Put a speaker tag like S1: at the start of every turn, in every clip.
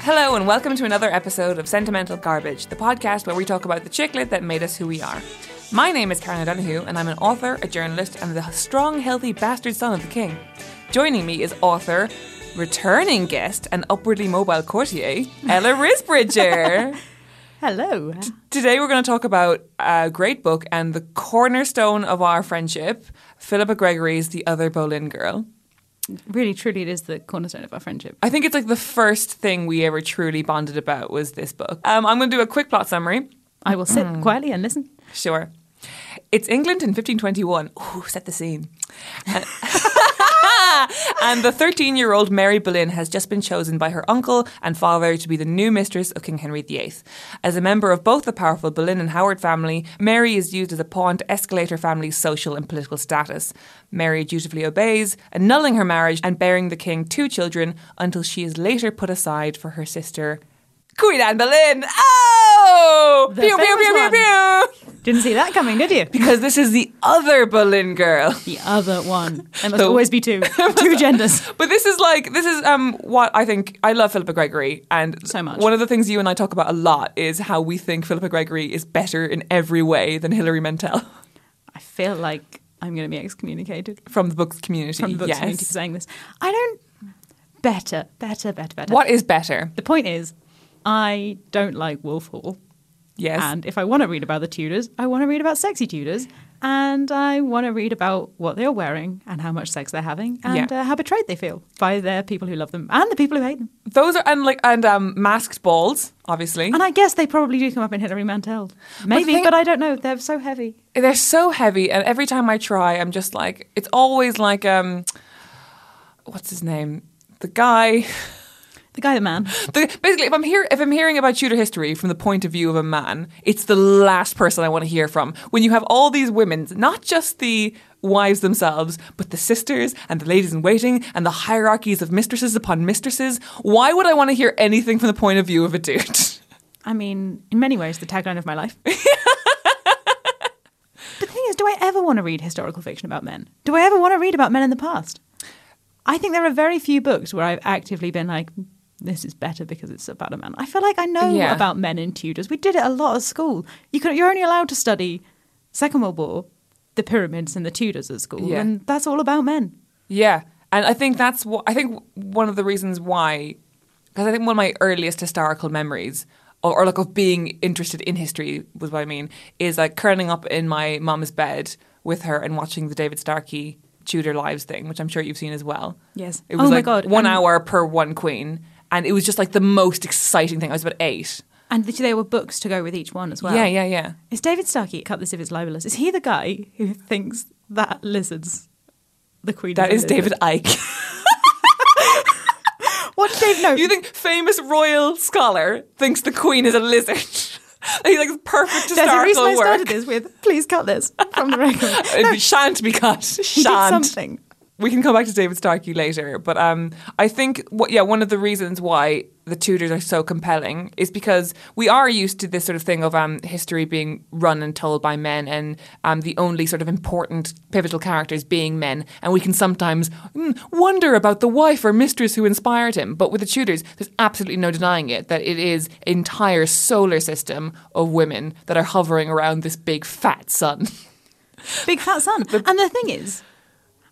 S1: Hello, and welcome to another episode of Sentimental Garbage, the podcast where we talk about the chicklet that made us who we are. My name is Karen O'Donoghue, and I'm an author, a journalist, and the strong, healthy bastard son of the king. Joining me is author, returning guest, and upwardly mobile courtier, Ella Risbridger.
S2: Hello.
S1: Today we're going to talk about a great book and the cornerstone of our friendship, Philippa Gregory's The Other Boleyn Girl.
S2: Really, truly, it is the cornerstone of our friendship.
S1: I think it's like the first thing we ever truly bonded about was this book. Um, I'm going to do a quick plot summary.
S2: I will sit quietly and listen.
S1: Sure. It's England in 1521. Ooh, set the scene. Uh, and the 13 year old Mary Boleyn has just been chosen by her uncle and father to be the new mistress of King Henry VIII. As a member of both the powerful Boleyn and Howard family, Mary is used as a pawn to escalate her family's social and political status. Mary dutifully obeys, annulling her marriage and bearing the king two children until she is later put aside for her sister, Queen Anne Boleyn. Oh!
S2: The
S1: Pew, pew,
S2: famous
S1: pew, pew,
S2: one.
S1: pew!
S2: Didn't see that coming, did you?
S1: Because this is the other Boleyn girl.
S2: The other one. There must
S1: The-
S2: always be two. two genders.
S1: But this is like this is um what I think I love Philippa Gregory and
S2: So much.
S1: one of the things you and I talk about a lot is how we think Philippa Gregory is better in every way than Hilary Mantel
S2: I feel like I'm going to be excommunicated
S1: from the books community.
S2: from the books
S1: yes.
S2: community for saying this. I don't. Better, better, better, better.
S1: What is better?
S2: The point is, I don't like Wolf Hall.
S1: Yes.
S2: And if I want to read about the Tudors, I want to read about sexy Tudors. And I want to read about what they're wearing and how much sex they're having and
S1: Yeah.
S2: uh, how betrayed they feel by their people who love them and the people who hate them.
S1: Those are and like and um masked balls, obviously.
S2: And I guess they probably do come up in Hilary Mantel. Maybe,
S1: thing-
S2: but I don't know. They're so heavy.
S1: They're so heavy and every time I try I'm just like it's always like um what's his name? The guy
S2: The guy, the man.
S1: The, basically, if I'm here, if I'm hearing about Tudor history from the point of view of a man, it's the last person I want to hear from. When you have all these women, not just the wives themselves, but the sisters and the ladies in waiting and the hierarchies of mistresses upon mistresses, why would I want to hear anything from the point of view of a dude?
S2: I mean, in many ways, the tagline of my life. the thing is, do I ever want to read historical fiction about men? Do I ever want to read about men in the past? I think there are very few books where I've actively been like, this is better because it's about a man. I feel like I know
S1: Yeah.
S2: about men in Tudors. We did it a lot at school. You can, you're only allowed to study Second World War, the pyramids, and the Tudors at school,
S1: Yeah.
S2: and that's all about men.
S1: Yeah, and I think that's what I think one of the reasons why, because I think one of my earliest historical memories, or, or like of being interested in history, was what I mean, is like curling up in my mum's bed with her and watching the David Starkey Tudor Lives thing, which I'm sure you've seen as well.
S2: Yes.
S1: it was
S2: Oh my
S1: like
S2: God,
S1: one
S2: and-
S1: hour per one queen, and it was just like the most exciting thing. I was about eight.
S2: And th- there were books to go with each one as well.
S1: Yeah, yeah, yeah.
S2: Is David Starkey, cut this if it's libelous, is he the guy who thinks that lizard's the queen
S1: That is David Ike.
S2: What did Dave know?
S1: you think famous royal scholar thinks the queen is a lizard? He's like perfect
S2: There's a reason
S1: historical
S2: I
S1: work.
S2: started this with, please cut this from the record.
S1: It shan't be cut.
S2: He did
S1: Shan't.
S2: something.
S1: We can come back to David Starkey later, but um, I think what yeah one of the reasons why the Tudors are so compelling is because we are used to this sort of thing of um, history being run and told by men, and um, the only sort of important pivotal characters being men, and we can sometimes mm, wonder about the wife or mistress who inspired him. But with the Tudors, there's absolutely no denying it that it is entire solar system of women that are hovering around this big fat sun.
S2: Big fat son. and the thing is,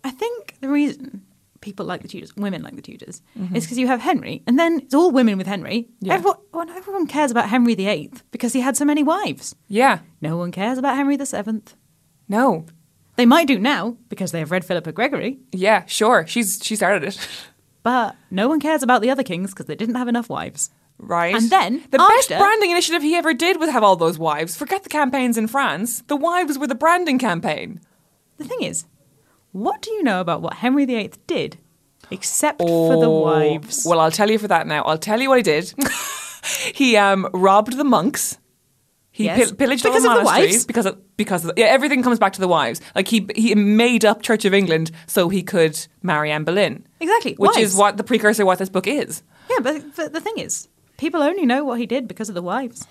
S2: I think the reason people like the Tudors, women like the Tudors, is because you have Henry, and then it's all women with Henry.
S1: Mm-hmm. Yeah.
S2: Everyone, well, everyone cares about Henry VIII because he had so many wives.
S1: yeah,
S2: No one cares about Henry VII.
S1: no,
S2: They might do now because they have read Philippa Gregory.
S1: Yeah, sure. She's she started it.
S2: But no one cares about the other kings because they didn't have enough wives.
S1: Right.
S2: And then,
S1: the best
S2: after-
S1: branding initiative he ever did was have all those wives. Forget the campaigns in France. The wives were the branding campaign.
S2: The thing is, what do you know about what Henry VIII did except for the
S1: Oh,
S2: wives?
S1: Well, I'll tell you for that now. I'll tell you what he did. he um, robbed the monks. He
S2: Yes.
S1: pil- pillaged
S2: Because
S1: all
S2: of
S1: the
S2: the
S1: monasteries
S2: wives?
S1: because of, because of, yeah, everything comes back to the wives. Like he he made up Church of England so he could marry Anne Boleyn.
S2: Exactly,
S1: which is
S2: wives.
S1: what the precursor of what this book is.
S2: yeah, but, but the thing is, people only know what he did because of the wives.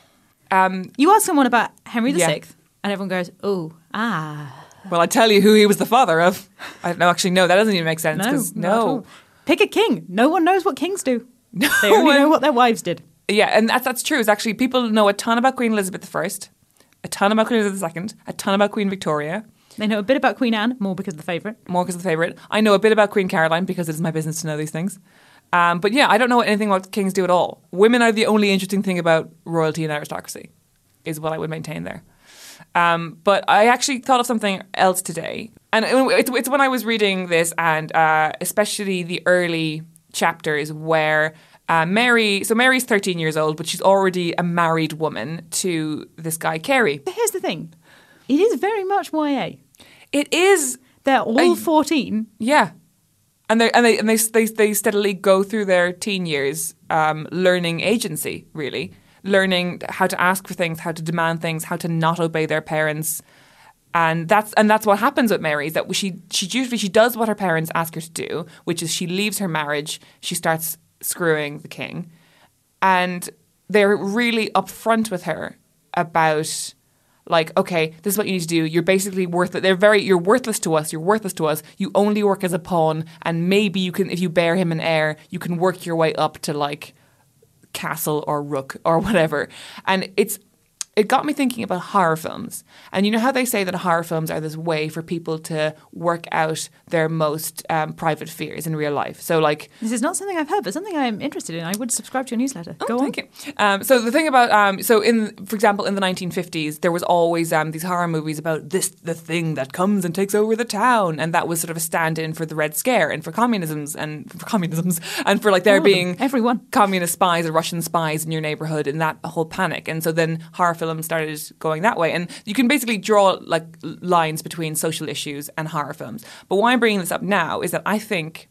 S1: Um,
S2: You ask someone about Henry VI,
S1: Yeah.
S2: and everyone goes, oh, ah,
S1: Well, I tell you who he was the father of. I, no, actually, no, that doesn't even make sense.
S2: no,
S1: 'cause
S2: not at
S1: no,
S2: all. Pick a king. No one knows what kings do. No, they only know what their wives did.
S1: Yeah, and that's that's true. Is actually people know a ton about Queen Elizabeth I, a ton about Queen Elizabeth II, a ton about Queen Victoria.
S2: They know a bit about Queen Anne, more because of the favourite.
S1: More because of the favourite. I know a bit about Queen Caroline because it is my business to know these things. Um, but yeah, I don't know anything about kings do at all. Women are the only interesting thing about royalty and aristocracy, is what I would maintain there. Um, but I actually thought of something else today, and it- it's when I was reading this, and uh, especially the early chapters where uh, Mary. So Mary's thirteen years old, but she's already a married woman to this guy Carey.
S2: But here's the thing it is very much YA.
S1: It is
S2: They're all 14.
S1: Yeah, and they and they and they they, they steadily go through their teen years, um, learning agency, really learning how to ask for things, how to demand things, how to not obey their parents, and that's and that's what happens with Mary is that she she usually she does what her parents ask her to do, which is she leaves her marriage, she starts screwing the king, and they're really upfront with her about like okay this is what you need to do you're basically worth it they're very you're worthless to us you're worthless to us you only work as a pawn and maybe you can if you bear him an heir you can work your way up to like castle or rook or whatever and it's it got me thinking about horror films and you know how they say that horror films are this way for people to work out their most um, private fears in real life so like
S2: This is not something I've heard, but something I'm interested in. I would subscribe to your newsletter. Go on.
S1: Thank you. Um, so the thing about um, so in for example in the 1950s there was always um, these horror movies about this the thing that comes and takes over the town and that was sort of a stand-in for the Red Scare and for communisms and for communisms and for like there
S2: All of them.
S1: being
S2: Everyone.
S1: communist spies or Russian spies in your neighborhood and that whole panic. And so then horror films started going that way. And you can basically draw like l- lines between social issues and horror films. But why I'm bringing this up now is that I think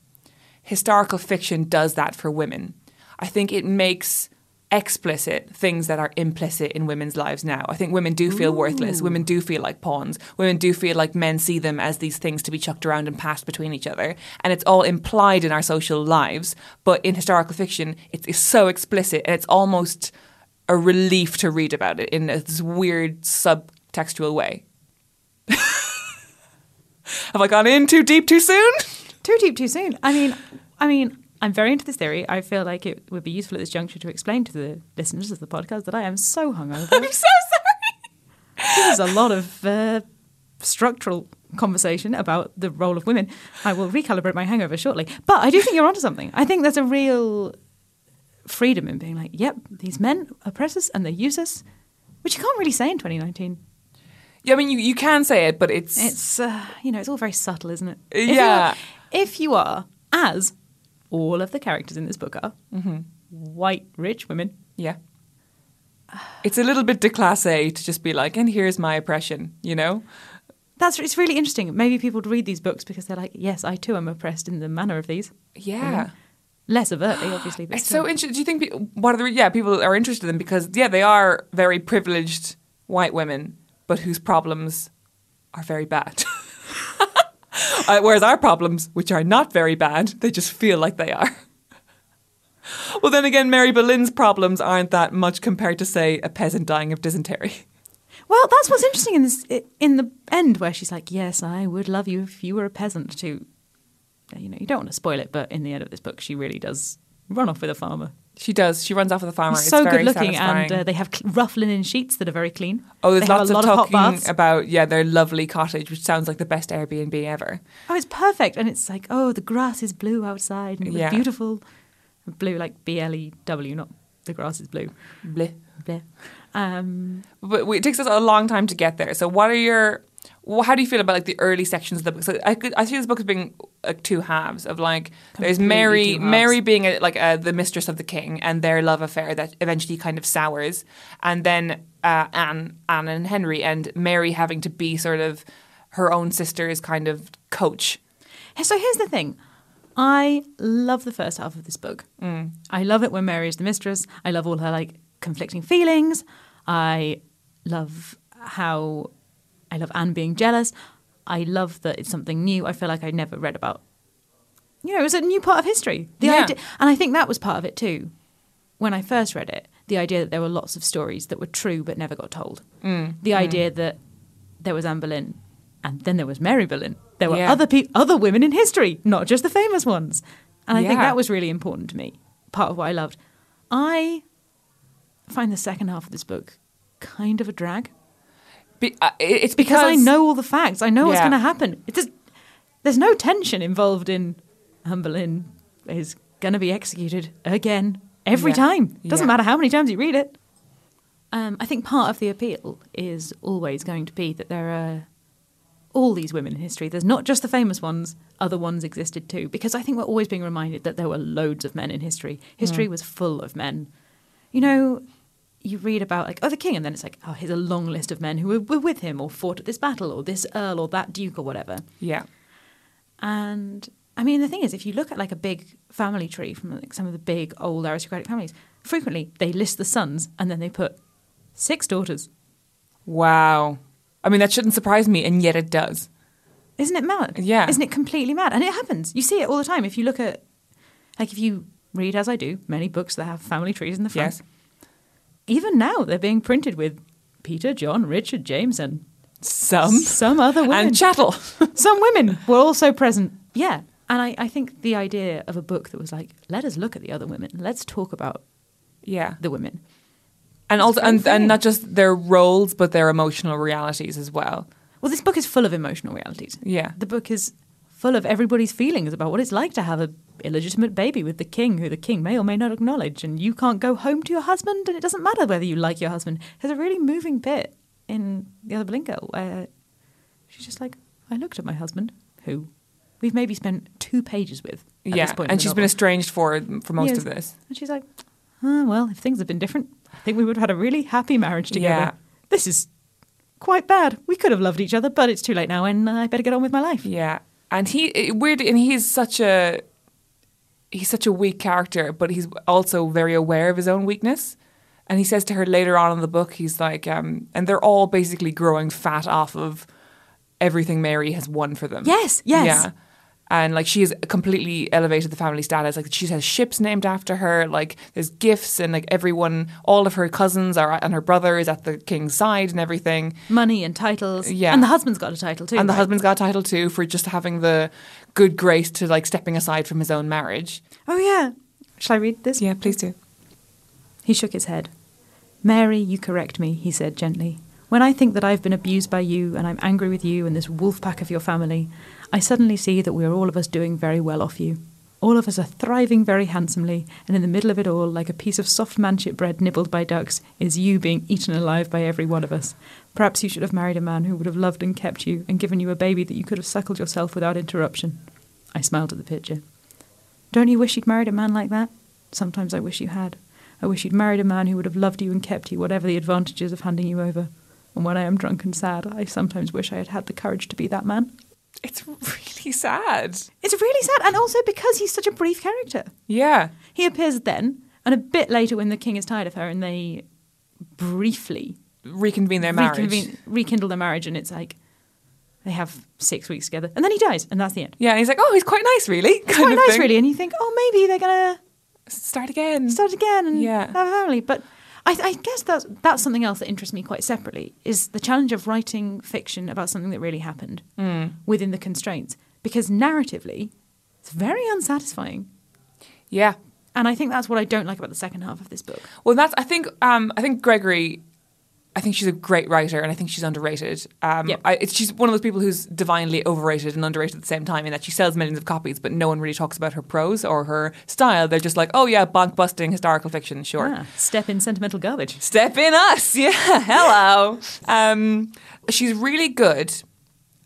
S1: historical fiction does that for women. I think it makes explicit things that are implicit in women's lives now. I think women do feel worthless. Women do feel like pawns. Women do feel like men see them as these things to be chucked around and passed between each other. And it's all implied in our social lives. But in historical fiction, it's, it's so explicit and it's almost a relief to read about it in this weird subtextual way. Have I gone in too deep too soon?
S2: Too deep, too soon. I mean, I mean, I'm very into this theory. I feel like it would be useful at this juncture to explain to the listeners of the podcast that I am so hungover.
S1: I'm so sorry.
S2: this is a lot of uh, structural conversation about the role of women. I will recalibrate my hangover shortly, but I do think you're onto something. I think there's a real freedom in being like, "Yep, these men oppress us and they use us," which you can't really say in 2019.
S1: Yeah, I mean, you, you can say it, but it's,
S2: It's uh, you know, it's all very subtle, isn't it?
S1: Yeah.
S2: You are, if you are, as all of the characters in this book are,
S1: Mm-hmm.
S2: white rich women,
S1: yeah, it's a little bit déclassé to just be like, and here's my oppression, you know?
S2: that's it's really interesting. Maybe people would read these books because they're like, "Yes, I too am oppressed in the manner of these."
S1: Yeah,
S2: Less overtly, obviously. But
S1: it's
S2: still.
S1: so interesting. Do you think pe- what are the yeah people are interested in because yeah they are very privileged white women, but whose problems are very bad. Uh, whereas our problems, which are not very bad, they just feel like they are. Well, then again, Mary Boleyn's problems aren't that much compared to, say, a peasant dying of dysentery.
S2: Well, that's what's interesting in this in the end where she's like, "Yes, I would love you if you were a peasant." To you know, you don't want to spoil it, but in the end of this book, she really does run off with a farmer.
S1: She does. She runs off with a farmer.
S2: He's so
S1: Oh, it's very
S2: good looking,
S1: satisfying.
S2: and uh, they have cl- rough linen sheets that are very clean.
S1: oh, there's
S2: They have
S1: lots
S2: a lot
S1: of
S2: hot
S1: talking
S2: baths.
S1: about yeah their lovely cottage, which sounds like the best Airbnb ever.
S2: oh, it's perfect, and it's like, oh, the grass is blue outside, and it was
S1: Yeah.
S2: beautiful. Blue, like B L E W, not the grass is blue.
S1: Bleh.
S2: Bleh. Um,
S1: But we- it takes us a long time to get there. So, what are your? wh- How do you feel about like the early sections of the book? So, I could, I see this book as being like two halves of like there's
S2: Completely
S1: Mary
S2: two halves.
S1: Mary being a, like uh the mistress of the king and their love affair that eventually kind of sours, and then uh, Anne Anne and Henry and Mary having to be sort of her own sister's kind of coach.
S2: So here's the thing. I love the first half of this book. Mm. I love it when Mary is the mistress. I love all her like conflicting feelings. I love how I love Anne being jealous. I love that it's something new. I feel like I never read about. You know, it was a new part of history. The
S1: Yeah.
S2: idea, and I think that was part of it too. When I first read it, the idea that there were lots of stories that were true but never got told.
S1: Mm,
S2: The idea that there was Anne Boleyn, and then there was Mary Boleyn. There were
S1: Yeah.
S2: other pe- other women in history, not just the famous ones. And I think
S1: Yeah.
S2: that was really important to me. part of what I loved. I find the second half of this book kind of a drag
S1: Be, uh, it- it's
S2: because
S1: because,
S2: I know all the facts. I know what's
S1: Yeah.
S2: going to happen. It does, there's no tension involved in Humberlin is going to be executed again every
S1: Yeah.
S2: time. Doesn't
S1: Yeah.
S2: matter how many times you read it. Um, I think part of the appeal is always going to be that there are all these women in history. There's not just the famous ones, other ones existed too. Because I think we're always being reminded that there were loads of men in history. History was full of men. You know, you read about, like, oh, the king, and then it's like, oh, here's a long list of men who were, were with him or fought at this battle or this earl or that duke or whatever.
S1: Yeah.
S2: And I mean, the thing is, if you look at like a big family tree from like some of the big old aristocratic families, frequently they list the sons and then they put six daughters.
S1: Wow. I mean, that shouldn't surprise me, and yet it does.
S2: Isn't it mad?
S1: Yeah.
S2: Isn't it completely mad? And it happens. You see it all the time. If you look at, like, if you read, as I do, many books that have family trees in the front,
S1: Yes.
S2: even now they're being printed with Peter, John, Richard, James, and
S1: Some
S2: some other women.
S1: Um, and chattel.
S2: some women were also present. Yeah. And I, I think the idea of a book that was like, let us look at the other women, let's talk about
S1: yeah.
S2: the women.
S1: And also,
S2: very
S1: and,
S2: freeing.
S1: and not just their roles, but their emotional realities as well.
S2: Well, this book is full of emotional realities.
S1: Yeah.
S2: The book is full of everybody's feelings about what it's like to have a illegitimate baby with the king who the king may or may not acknowledge and you can't go home to your husband and it doesn't matter whether you like your husband. There's a really moving bit in The Other Blind Girl where she's just like, I looked at my husband, who we've maybe spent two pages with at
S1: yeah.
S2: this point. in
S1: and
S2: the
S1: she's
S2: novel.
S1: been estranged for for most
S2: Yes.
S1: of this.
S2: And she's like, "Uh, well, if things had been different, I think we would have had a really happy marriage together.
S1: Yeah.
S2: This is quite bad. We could have loved each other, but it's too late now, and I better get on with my life.
S1: Yeah. And he it- weird and he's such a he's such a weak character, but he's also very aware of his own weakness. And he says to her later on in the book, he's like, um, and they're all basically growing fat off of everything Mary has won for them.
S2: Yes, yes.
S1: Yeah. And like she has completely elevated the family status. Like she has ships named after her. Like there's gifts and like everyone, all of her cousins are and her brother is at the king's side and everything.
S2: Money and titles.
S1: Yeah.
S2: And the husband's got a title too.
S1: And the
S2: right?
S1: husband's got a title too for just having the good grace to like stepping aside from his own marriage.
S2: Oh, yeah. Shall I read this?
S1: Yeah, please do.
S2: He shook his head. Mary, you correct me, he said gently. When I think that I've been abused by you and I'm angry with you and this wolf pack of your family, I suddenly see that we are all of us doing very well off you. All of us are thriving very handsomely, and in the middle of it all, like a piece of soft manchet bread nibbled by ducks, is you being eaten alive by every one of us. Perhaps you should have married a man who would have loved and kept you and given you a baby that you could have suckled yourself without interruption. I smiled at the picture. Don't you wish you'd married a man like that? Sometimes I wish you had. I wish you'd married a man who would have loved you and kept you, whatever the advantages of handing you over. And when I am drunk and sad, I sometimes wish I had had the courage to be that man.
S1: It's really sad.
S2: It's really sad, and also because he's such a brief character.
S1: Yeah.
S2: He appears then, and a bit later when the king is tired of her and they briefly
S1: Reconvene their marriage.
S2: reconvene- rekindle their marriage, and it's like they have six weeks together, and then he dies, and that's the end.
S1: Yeah, and he's like, oh, he's quite nice, really.
S2: It's quite nice, really, and you think, oh, maybe they're gonna
S1: Start again.
S2: start again and
S1: Yeah.
S2: have a family. But I, I guess that's that's something else that interests me quite separately is the challenge of writing fiction about something that really happened
S1: Mm.
S2: within the constraints because narratively it's very unsatisfying.
S1: Yeah.
S2: And I think that's what I don't like about the second half of this book.
S1: Well, that's. I think. Um, I think Gregory. I think she's a great writer, and I think she's underrated. Um,
S2: Yep.
S1: I, it's, she's one of those people who's divinely overrated and underrated at the same time, in that she sells millions of copies, but no one really talks about her prose or her style. They're just like, oh yeah, bonk busting historical fiction, sure.
S2: Ah, step in sentimental garbage.
S1: Step in us, yeah. Hello. Um, she's really good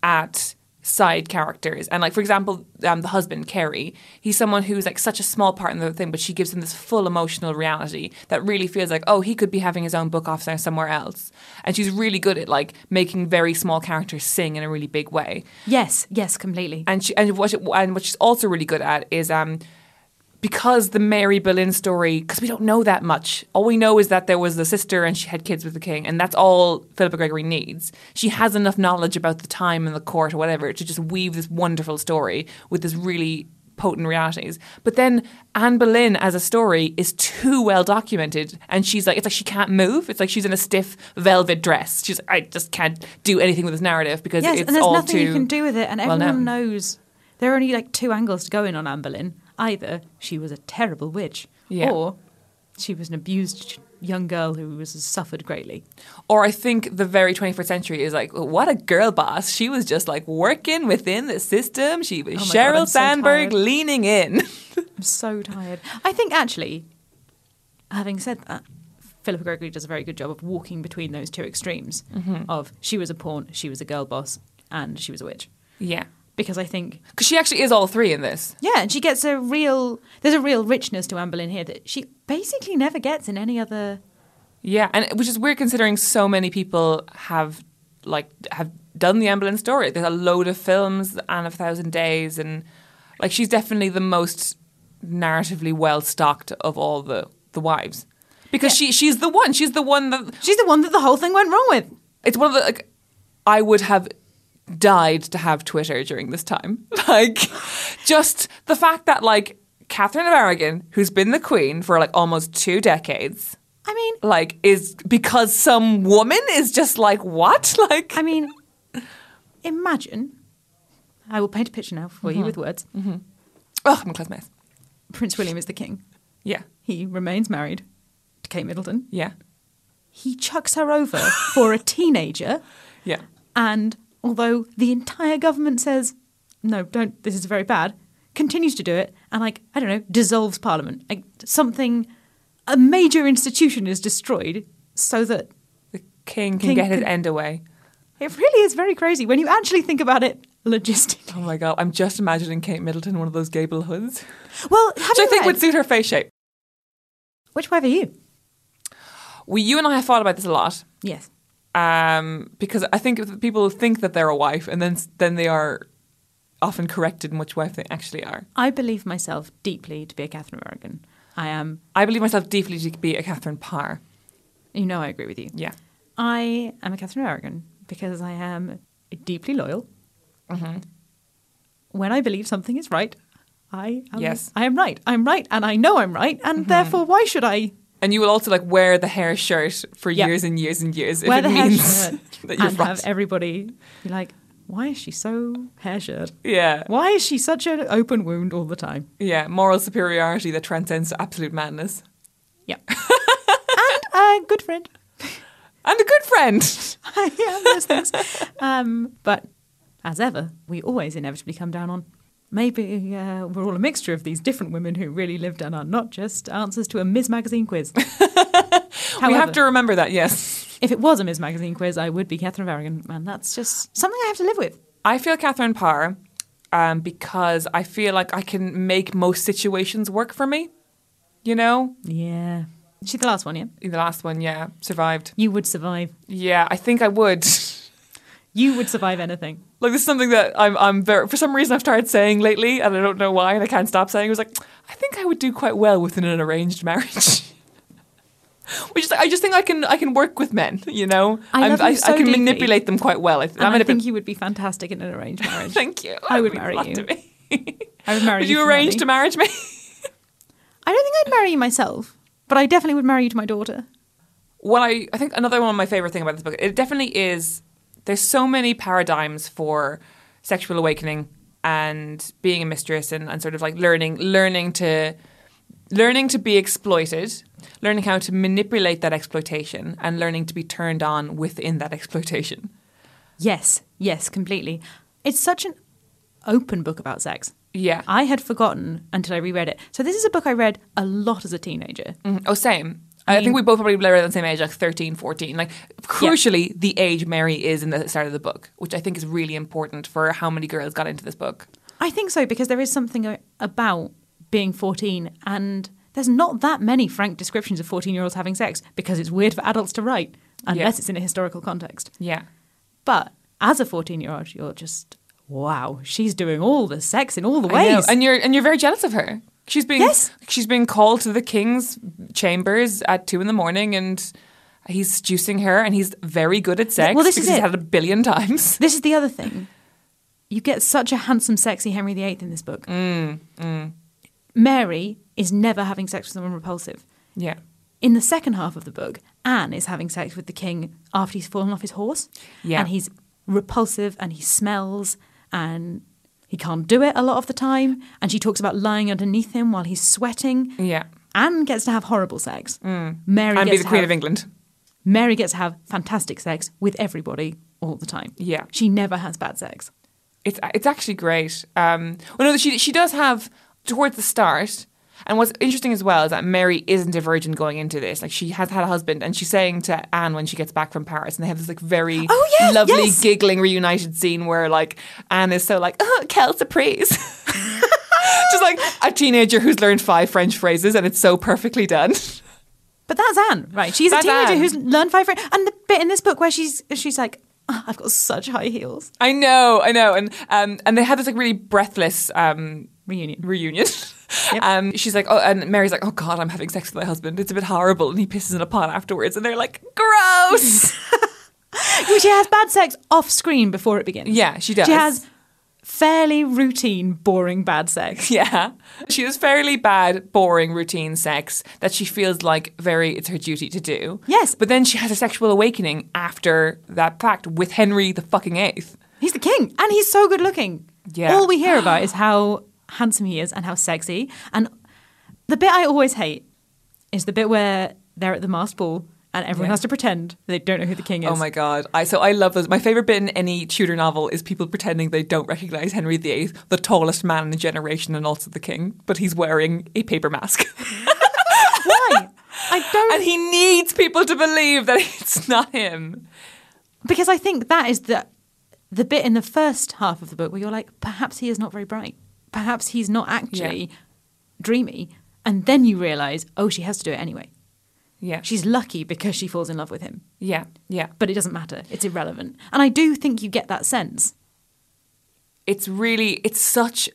S1: at side characters, and like for example, um, the husband Kerry. He's someone who's like such a small part in the thing, but she gives him this full emotional reality that really feels like, oh, he could be having his own book off there somewhere else. And she's really good at like making very small characters sing in a really big way.
S2: Yes, yes, completely.
S1: And she and what and what she's also really good at is um because the Mary Boleyn story because we don't know that much. All we know is that there was a sister and she had kids with the king, and that's all Philippa Gregory needs. She has enough knowledge about the time and the court or whatever to just weave this wonderful story with this really potent realities. But then Anne Boleyn as a story is too well documented and she's like it's like she can't move. It's like she's in a stiff velvet dress. She's like, I just can't do anything with this narrative because
S2: yes,
S1: it's
S2: and there's
S1: all
S2: nothing
S1: too
S2: you can do with it, and
S1: well
S2: everyone
S1: known.
S2: knows there are only like two angles to go in on Anne Boleyn. Either she was a terrible witch,
S1: Yeah.
S2: or she was an abused ch- young girl who was suffered greatly.
S1: Or I think the very 21st century is like, what a girl boss. She was just like working within the system. She was
S2: Oh my God,
S1: Cheryl
S2: I'm so
S1: Sandberg
S2: tired.
S1: leaning in.
S2: I'm so tired. I think actually, having said that, Philippa Gregory does a very good job of walking between those two extremes of she was a pawn, she was a girl boss, and she was a witch.
S1: yeah.
S2: Because I think
S1: Because she actually is all three in this.
S2: yeah, and she gets a real there's a real richness to Anne Boleyn here that she basically never gets in any other
S1: Yeah. And it- which is weird considering so many people have like have done the Anne Boleyn story. There's a load of films, Anne of a Thousand Days, and like she's definitely the most narratively well stocked of all the, the wives. Because she she's the one. She's the one that
S2: She's the one that the whole thing went wrong with.
S1: it's one of the like I would have died to have Twitter during this time. Like just the fact that like Catherine of Aragon, who's been the queen for like almost two decades,
S2: I mean,
S1: like is because some woman is just like what? Like
S2: I mean, imagine. I will paint a picture now for you with words.
S1: oh, I'm a close mess.
S2: Prince William is the king.
S1: Yeah.
S2: He remains married to Kate Middleton.
S1: Yeah.
S2: He chucks her over for a teenager,
S1: Yeah.
S2: and although the entire government says, no, don't, this is very bad, continues to do it, and like, I don't know, dissolves parliament. Like, something, a major institution is destroyed so that
S1: The king can
S2: King
S1: get his
S2: can-
S1: end away.
S2: it really is very crazy when you actually think about it logistically.
S1: Oh my god, I'm just imagining Kate Middleton in one of those gable hoods.
S2: Well, have
S1: Which I
S2: you
S1: think
S2: read-
S1: would suit her face shape.
S2: Which way were you?
S1: We you and I have thought about this a lot.
S2: Yes.
S1: um, because I think if people think that they're a wife, and then then they are often corrected in which wife they actually are.
S2: I believe myself deeply to be a Catherine of Aragon. I am,
S1: I believe myself deeply to be a Catherine Parr.
S2: you know, I agree with you.
S1: Yeah,
S2: I am a Catherine of Aragon because I am deeply loyal.
S1: Mm-hmm.
S2: When I believe something is right, I am,
S1: Yes. Mm-hmm.
S2: I am right. I'm right, and I know I'm right, and therefore, why should I
S1: and you will also like wear the hair shirt for
S2: Yeah.
S1: years and years and years if
S2: wear
S1: it
S2: the hair
S1: means
S2: shirt
S1: that you're
S2: and
S1: right.
S2: have everybody be like, why is she so hair shirt?
S1: yeah,
S2: Why is she such an open wound all the time?
S1: yeah, moral superiority that transcends to absolute madness,
S2: Yeah. and a good friend.
S1: and a good friend.
S2: I am those things. Um, but as ever, we always inevitably come down on maybe uh, we're all a mixture of these different women who really lived and are not just answers to a Ms. Magazine quiz. However,
S1: we have to remember that. Yes.
S2: if it was a Ms. Magazine quiz, I would be Catherine of Aragon, and that's just something I have to live with.
S1: I feel Catherine Parr um, because I feel like I can make most situations work for me. You know,
S2: Yeah. She's the last one, yeah?
S1: the last one, yeah, survived.
S2: You would survive.
S1: Yeah, I think I would.
S2: You would survive anything.
S1: like this is something that I'm I'm very for some reason I've started saying lately, and I don't know why, and I can't stop saying. It was like I think I would do quite well within an arranged marriage. Which is, I just think I can I can work with men, you know.
S2: I
S1: I'm-
S2: love you
S1: I,
S2: so
S1: I can
S2: deeply.
S1: manipulate them quite well. I, th-
S2: And
S1: I'm
S2: I think
S1: manipul-
S2: you would be fantastic in an arranged marriage.
S1: Thank you.
S2: I would
S1: That
S2: marry
S1: means a
S2: you.
S1: lot to me.
S2: I would marry
S1: Would
S2: you.
S1: you
S2: for
S1: arrange to
S2: money.
S1: marriage me?
S2: I don't think I'd marry you myself, but I definitely would marry you to my daughter.
S1: what I I think another one of my favorite thing about this book it definitely is there's so many paradigms for sexual awakening and being a mistress and, and sort of like learning learning to learning to be exploited learning how to manipulate that exploitation and learning to be turned on within that exploitation
S2: Yes, yes, completely. It's such an open book about sex.
S1: yeah
S2: I had forgotten until I reread it. So this is a book I read a lot as a teenager.
S1: Mhm. oh same I, think we both probably were around the same age like 13 14 like crucially the age Mary is in the start of the book which I think is really important for how many girls got into this book
S2: I think so because there is something a- about being 14 and there's not that many frank descriptions of 14-year-olds having sex because it's weird for adults to write unless
S1: Yeah.
S2: it's in a historical context.
S1: yeah
S2: But as a 14-year-old you're just wow, she's doing all the sex in all the
S1: I know,
S2: ways.
S1: And you're and you're very jealous of her. She's being
S2: Yes.
S1: she's being called to the king's chambers at two in the morning and he's seducing her and he's very good at sex
S2: Well, this
S1: because
S2: is
S1: he's
S2: it.
S1: had it a billion times.
S2: This is the other thing. You get such a handsome, sexy Henry VIII in this book.
S1: Mm,
S2: Mary is never having sex with someone repulsive.
S1: Yeah.
S2: In the second half of the book, Anne is having sex with the king after he's fallen off his horse.
S1: Yeah.
S2: And he's repulsive and he smells and he can't do it a lot of the time. And she talks about lying underneath him while he's sweating.
S1: Yeah.
S2: Anne gets to have horrible sex. Mary
S1: Mm. and
S2: gets
S1: be the
S2: to
S1: Queen
S2: have-
S1: of England.
S2: Mary gets to have fantastic sex with everybody all the time.
S1: Yeah.
S2: She never has bad sex.
S1: It's it's actually great. Um, well, no, she she does have towards the start. And what's interesting as well is that Mary isn't a virgin going into this. Like she has had a husband, and she's saying to Anne when she gets back from Paris, and they have this like very
S2: Oh, yes,
S1: lovely
S2: yes.
S1: giggling reunited scene where like Anne is so like oh quelle surprise, just like a teenager who's learned five French phrases, and it's so perfectly done.
S2: But that's Anne, right? She's
S1: That's
S2: a teenager
S1: Anne.
S2: who's learned five French. And the bit in this book where she's she's like, "Oh, I've got such high heels.
S1: I know, I know, and um, and they have this like really breathless um,
S2: Reunion.
S1: reunion. Um, she's like, oh, and Mary's like, oh God, I'm having sex with my husband. It's a bit horrible, and he pisses in a pot afterwards. And they're like, gross.
S2: Well, she has bad sex off screen before it begins.
S1: Yeah, she does.
S2: She has fairly routine, boring bad sex.
S1: yeah, she has fairly bad, boring routine sex that she feels like very it's her duty to do.
S2: Yes.
S1: but then she has a sexual awakening after that fact with Henry the fucking eighth.
S2: He's the king, and he's so good looking.
S1: Yeah.
S2: All we hear about is how handsome he is and how sexy. And the bit I always hate is the bit where they're at the masked ball and everyone
S1: Yeah.
S2: has to pretend they don't know who the king is.
S1: Oh my god! I so I love those. My favorite bit in any Tudor novel is people pretending they don't recognize Henry VIII, the tallest man in the generation and also the king, but he's wearing a paper mask.
S2: Why? I don't.
S1: and he needs people to believe that it's not him.
S2: because I think that is the the bit in the first half of the book where you're like, perhaps he is not very bright. Perhaps he's not actually dreamy. And then you realize, oh, she has to do it anyway.
S1: Yeah.
S2: She's lucky because she falls in love with him.
S1: Yeah. Yeah.
S2: But it doesn't matter. It's irrelevant. And I do think you get that sense.
S1: It's really it's such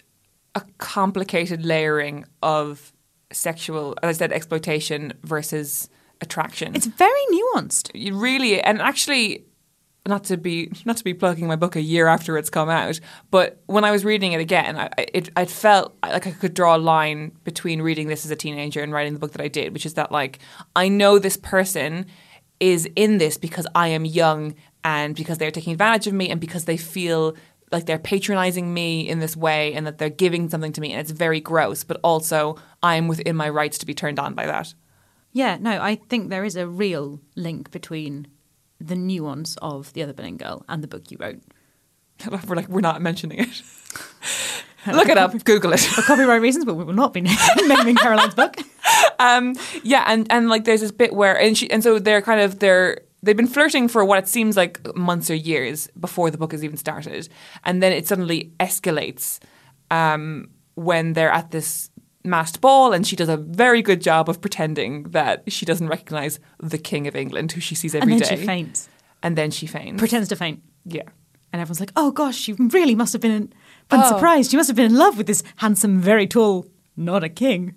S1: a complicated layering of sexual as I said exploitation versus attraction.
S2: It's very nuanced.
S1: you really and actually not to be not to be plugging my book a year after it's come out but when i was reading it again i I- it i felt like i could draw a line between reading this as a teenager and writing the book that i did which is that like i know this person is in this because i am young and because they're taking advantage of me and because they feel like they're patronizing me in this way and that they're giving something to me and it's very gross but also i am within my rights to be turned on by that
S2: Yeah, no, I think there is a real link between the nuance of The Other Berlin Girl and the book you wrote.
S1: We're like, we're not mentioning it. Look it up, Google it.
S2: For copyright reasons, but we will not be naming Caroline's book.
S1: Um, yeah, and, and like there's this bit where and she and so they're kind of they're they've been flirting for what it seems like months or years before the book has even started, and then it suddenly escalates um, when they're at this masked ball, and she does a very good job of pretending that she doesn't recognize the King of England, who she sees
S2: And
S1: every
S2: then
S1: day,
S2: she faints,
S1: and then she faints.
S2: pretends to faint.
S1: yeah.
S2: And everyone's like, oh gosh, you really must have been, in, been
S1: Oh.
S2: surprised. You must have been in love with this handsome, very tall, not a king.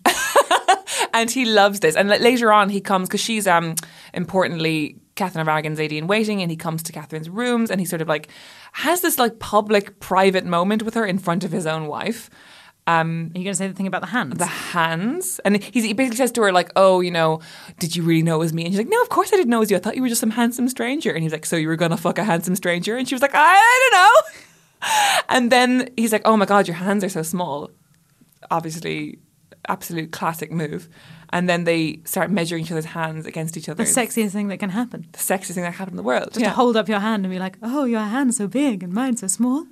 S1: and he loves this. And like, later on, he comes because she's um importantly Catherine of Aragon's lady in waiting, and he comes to Catherine's rooms, and he sort of like has this like public private moment with her in front of his own wife. Um,
S2: Are you going to say the thing about the hands?
S1: the hands, and he's, he basically says to her like, "Oh, you know, did you really know it was me?" And she's like, "No, of course I didn't know it was you. I thought you were just some handsome stranger." And he's like, "So you were gonna fuck a handsome stranger?" And she was like, "I don't know." And then he's like, "Oh my god, your hands are so small." Obviously, absolute classic move. And then they start measuring each other's hands against each other.
S2: The sexiest thing that can happen.
S1: The sexiest thing that happened in the world.
S2: Just
S1: yeah.
S2: to hold up your hand and be like, oh, your hand's so big and mine's so small.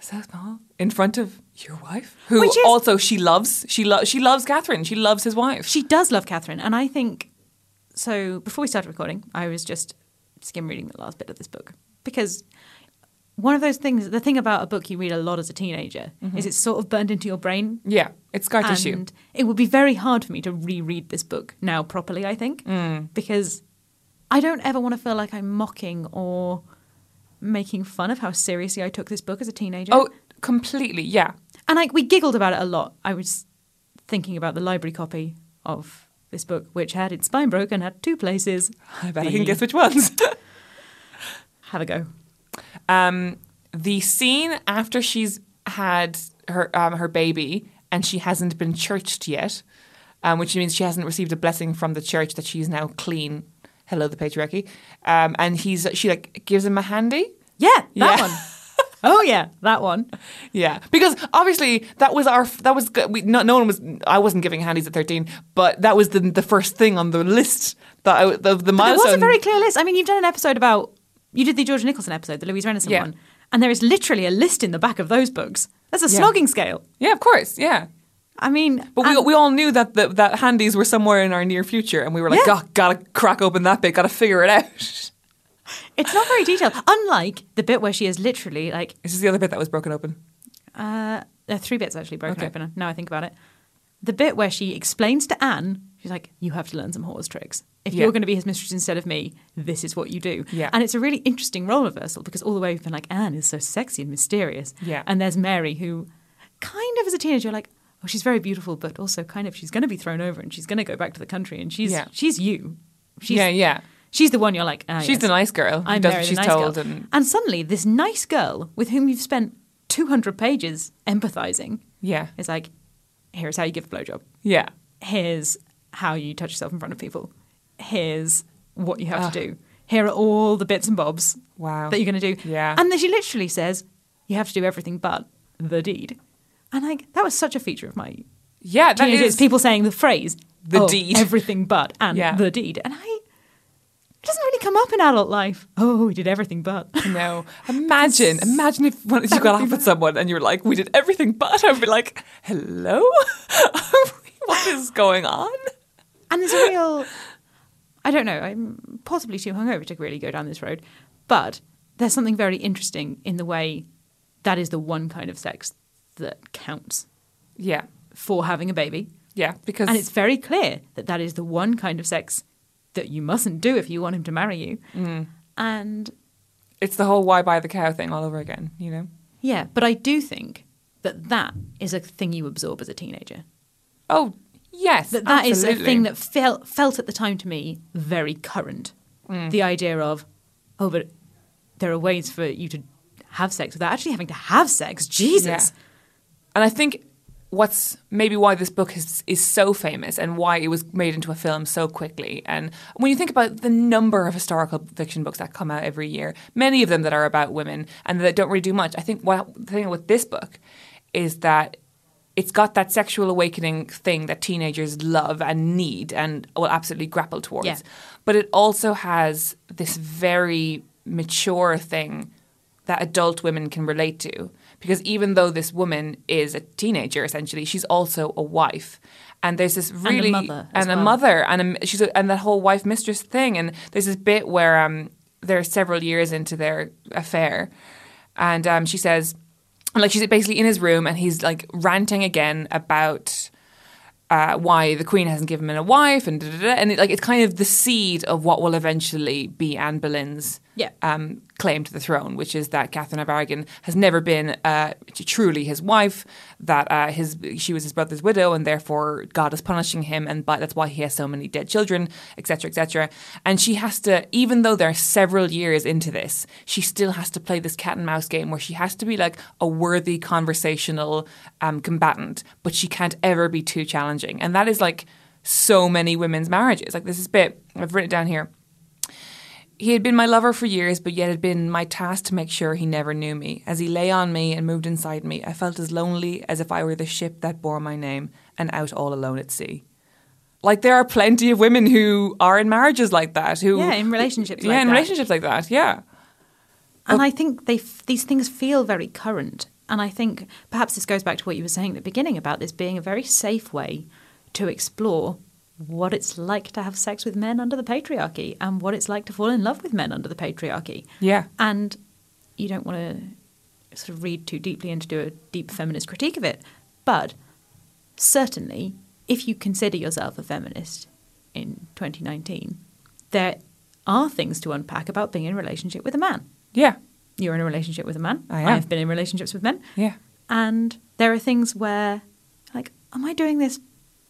S1: so small in front of your wife, who
S2: Which is-
S1: also she loves. She loves. She loves Catherine. She loves his wife.
S2: She does love Catherine. And I think, so before we started recording, I was just skim reading the last bit of this book because one of those things, the thing about a book you read a lot as a teenager
S1: Mm-hmm.
S2: is it's sort of burned into your brain
S1: yeah, it's scar tissue.
S2: and it would be very hard for me to reread this book now properly, I think, because I don't ever want to feel like I'm mocking or making fun of how seriously I took this book as a teenager.
S1: Oh, completely. Yeah.
S2: And like we giggled about it a lot. I was thinking about the library copy of this book, which had its spine broken at two places.
S1: I bet I
S2: The-
S1: can guess which ones.
S2: Have a go.
S1: um, the scene after she's had her um, her baby and she hasn't been churched yet, um, which means she hasn't received a blessing from the church that she's now clean. Hello, the patriarchy. Um, and he's she like gives him a handy.
S2: Yeah, that
S1: Yeah.
S2: one. Oh yeah, that one.
S1: Yeah, because obviously that was our that was we, no, no one was I wasn't giving handies at thirteen, but that was the the first thing on the list that I, the, the
S2: But it
S1: milestone.
S2: was a very clear list. I mean, you've done an episode about you did the George Nicholson episode, the Louise Renison
S1: Yeah.
S2: one, and there is literally a list in the back of those books. That's a
S1: Yeah.
S2: slogging scale.
S1: yeah, of course, yeah.
S2: I mean,
S1: But we,
S2: and-
S1: we all knew that the, that handies were somewhere in our near future, and we were like,
S2: Yeah.
S1: "God, gotta crack open that bit, gotta figure it out."
S2: it's not very detailed. Unlike the bit where she is literally like
S1: This is the other bit that was broken open.
S2: Uh, there are three bits actually broken
S1: Okay.
S2: open. Now I think about it, the bit where she explains to Anne, she's like, "You have to learn some horse tricks. If
S1: Yeah.
S2: you're going to be his mistress instead of me, this is what you do."
S1: Yeah.
S2: And it's a really interesting role reversal because all the way we've been like, Anne is so sexy and mysterious.
S1: Yeah.
S2: And there's Mary who, kind of as a teenager, you're like, oh, she's very beautiful, but also kind of she's going to be thrown over and she's going to go back to the country and she's
S1: Yeah.
S2: she's you. She's,
S1: yeah, yeah.
S2: She's the one you're like. Ah,
S1: She's
S2: yes.
S1: the nice girl. who
S2: I'm
S1: does what
S2: Mary the
S1: she's
S2: nice
S1: told,
S2: girl.
S1: and
S2: suddenly this nice girl with whom you've spent 200 pages empathizing
S1: yeah,
S2: is like, here's how you give a blowjob.
S1: yeah,
S2: Here's how you touch yourself in front of people. Here's what you have
S1: Ugh.
S2: to do. Here are all the bits and bobs
S1: Wow.
S2: that you're going to do.
S1: Yeah.
S2: And then she literally says, you have to do everything but the deed. And like, that was such a feature of my
S1: yeah. That
S2: teenage years,
S1: is
S2: people saying the phrase
S1: The
S2: "Oh,
S1: deed."
S2: everything but and
S1: Yeah.
S2: the deed, and I it doesn't really come up in adult life. Oh, we did everything but.
S1: No, imagine, imagine if one, you got off with someone and you were like, "We did everything," but I'd be like, "Hello, what is going on?"
S2: And there's a real, I don't know, I'm possibly too hungover to really go down this road, but there's something very interesting in the way that is the one kind of sex that counts
S1: Yeah,
S2: for having a baby.
S1: yeah, because
S2: And it's very clear that that is the one kind of sex that you mustn't do if you want him to marry you.
S1: Mm.
S2: And
S1: it's the whole "why buy the cow" thing all over again. You know?
S2: yeah, but I do think that that is a thing you absorb as a teenager.
S1: Oh, yes,
S2: that that is
S1: absolutely.
S2: a thing that felt felt at the time to me very current. The idea of, oh, but there are ways for you to have sex without actually having to have sex. Jesus.
S1: And I think what's maybe why this book is is so famous and why it was made into a film so quickly. And when you think about the number of historical fiction books that come out every year, many of them that are about women and that don't really do much. I think what the thing with this book is that it's got that sexual awakening thing that teenagers love and need and will absolutely grapple towards.
S2: Yeah.
S1: But it also has this very mature thing that adult women can relate to. Because even though this woman is a teenager, essentially, she's also a wife. And there's this
S2: a
S1: really
S2: mother as
S1: and a
S2: well.
S1: mother and a, she's a, and that whole wife mistress thing. And there's this bit where um, they're several years into their affair, and um, she says, like she's basically in his room and he's like ranting again about uh, why the Queen hasn't given him a wife and da, da, da, and it, like it's kind of the seed of what will eventually be Anne Boleyn's
S2: Yeah.
S1: um, claim to the throne, which is that Catherine of Aragon has never been uh, t- truly his wife. That uh, his she was his brother's widow, and therefore God is punishing him, and by, that's why he has so many dead children, etc., etc. And she has to, even though they're several years into this, she still has to play this cat and mouse game where she has to be like a worthy conversational um, combatant, but she can't ever be too challenging, and that is like so many women's marriages. Like this is bit I've written it down here. He had been my lover for years, but yet it had been my task to make sure he never knew me. As he lay on me and moved inside me, I felt as lonely as if I were the ship that bore my name and out all alone at sea. Like there are plenty of women who are in marriages like that. Who
S2: Yeah, in relationships
S1: Yeah,
S2: like
S1: in
S2: that.
S1: relationships like that. Yeah,
S2: And I think they f- these things feel very current. And I think perhaps this goes back to what you were saying at the beginning about this being a very safe way to explore what it's like to have sex with men under the patriarchy and what it's like to fall in love with men under the patriarchy.
S1: yeah,
S2: And you don't want to sort of read too deeply and to do a deep feminist critique of it. But certainly, if you consider yourself a feminist in 2019, there are things to unpack about being in a relationship with a man.
S1: yeah,
S2: You're in a relationship with a man.
S1: I am.
S2: I've been in relationships with men.
S1: yeah,
S2: And there are things where, like, am I doing this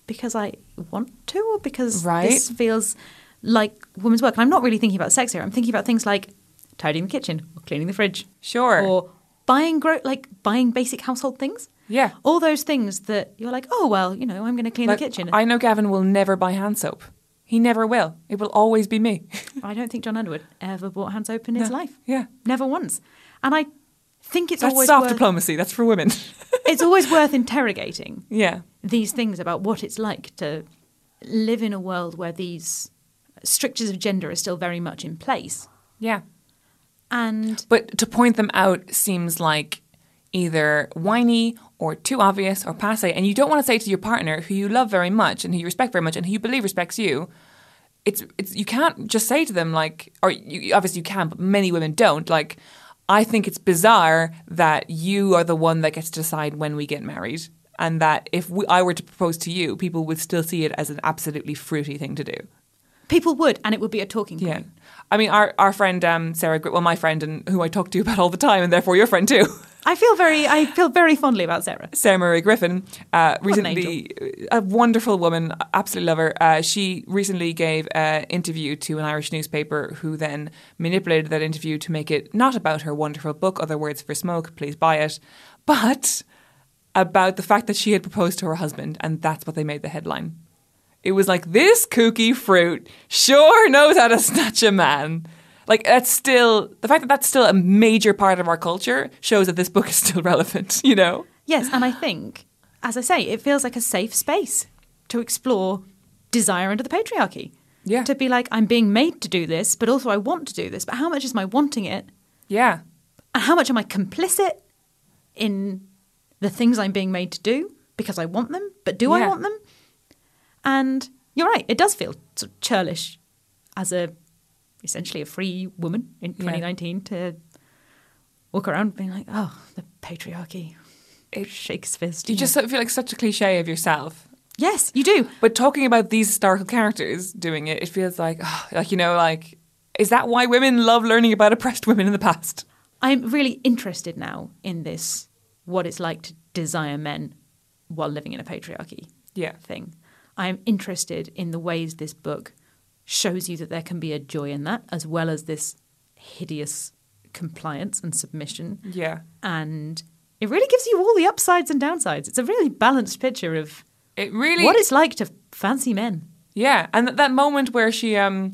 S2: because I want to or because
S1: Right.
S2: this feels like women's work? And I'm not really thinking about sex here. I'm thinking about things like tidying the kitchen or cleaning the fridge
S1: sure,
S2: or buying gro- like buying basic household things.
S1: yeah.
S2: All those things that you're like, oh well, you know, I'm going to clean
S1: Like,
S2: the kitchen. I,
S1: I know Gavin will never buy hand soap. He never will. It will always be me.
S2: don't think John Underwood ever bought hand soap in his life.
S1: yeah.
S2: Never once. And I think it's
S1: That's
S2: always
S1: soft
S2: worth,
S1: diplomacy. That's for women.
S2: it's always worth interrogating
S1: yeah.
S2: these things about what it's like to live in a world where these strictures of gender are still very much in place.
S1: Yeah.
S2: And
S1: But to point them out seems like either whiny or too obvious or passe. And you don't want to say to your partner, who you love very much and who you respect very much and who you believe respects you, it's, it's you can't just say to them like, or you, obviously you can, but many women don't. Like, I think it's bizarre that you are the one that gets to decide when we get married, and that if we, I were to propose to you, people would still see it as an absolutely fruity thing to do.
S2: people would, and it would be a talking point.
S1: Yeah. I mean, our, our friend um, Sarah, Gr- well, my friend and who I talk to about all the time, and therefore your friend too,
S2: I feel very, I feel very fondly about Sarah.
S1: Sarah Murray Griffin, uh,
S2: an
S1: recently, uh, a wonderful woman, I absolutely love her. Uh, she recently gave an interview to an Irish newspaper who then manipulated that interview to make it not about her wonderful book, Other Words for Smoke, please buy it, but about the fact that she had proposed to her husband, and that's what they made the headline. It was like this kooky fruit sure knows how to snatch a man. Like that's still the fact that that's still a major part of our culture shows that this book is still relevant. You know?
S2: Yes, and I think, as I say, it feels like a safe space to explore desire under the patriarchy.
S1: Yeah.
S2: To be like, I'm being made to do this, but also I want to do this. But how much is my wanting it?
S1: Yeah.
S2: And how much am I complicit in the things I'm being made to do because I want them? But do I
S1: Yeah.
S2: want them? And you're right, it does feel sort of churlish as a essentially a free woman in
S1: Yeah.
S2: 2019 to walk around being like, oh, the patriarchy. It shakes fist.
S1: You
S2: know.
S1: just sort of feel like such a cliche of yourself.
S2: Yes, you do.
S1: But talking about these historical characters doing it, it feels like, oh, like you know, like is that why women love learning about oppressed women in the past?
S2: I'm really interested now in this what it's like to desire men while living in a patriarchy
S1: Yeah.
S2: thing. I'm interested in the ways this book shows you that there can be a joy in that, as well as this hideous compliance and submission.
S1: Yeah.
S2: And it really gives you all the upsides and downsides. It's a really balanced picture of
S1: It really
S2: what it's like to fancy men.
S1: Yeah, and th- that moment where she um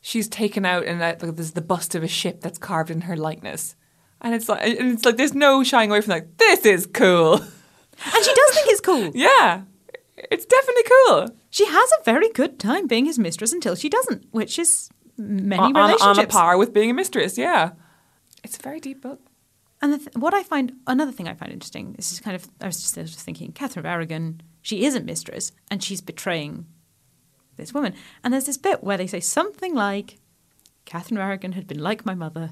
S1: she's taken out and uh, like, there's the bust of a ship that's carved in her likeness, and it's like and it's like there's no shying away from like this is cool.
S2: And she does think it's cool.
S1: yeah, it's definitely cool.
S2: She has a very good time being his mistress until she doesn't, which is many
S1: On, on-
S2: relationships.
S1: on a par with being a mistress. Yeah, it's a very deep book.
S2: And the th- what I find, another thing I find interesting, this is kind of, I was just, I was just thinking, Catherine of Aragon, she is a mistress and she's betraying this woman. And there's this bit where they say something like, Catherine of Aragon had been like my mother,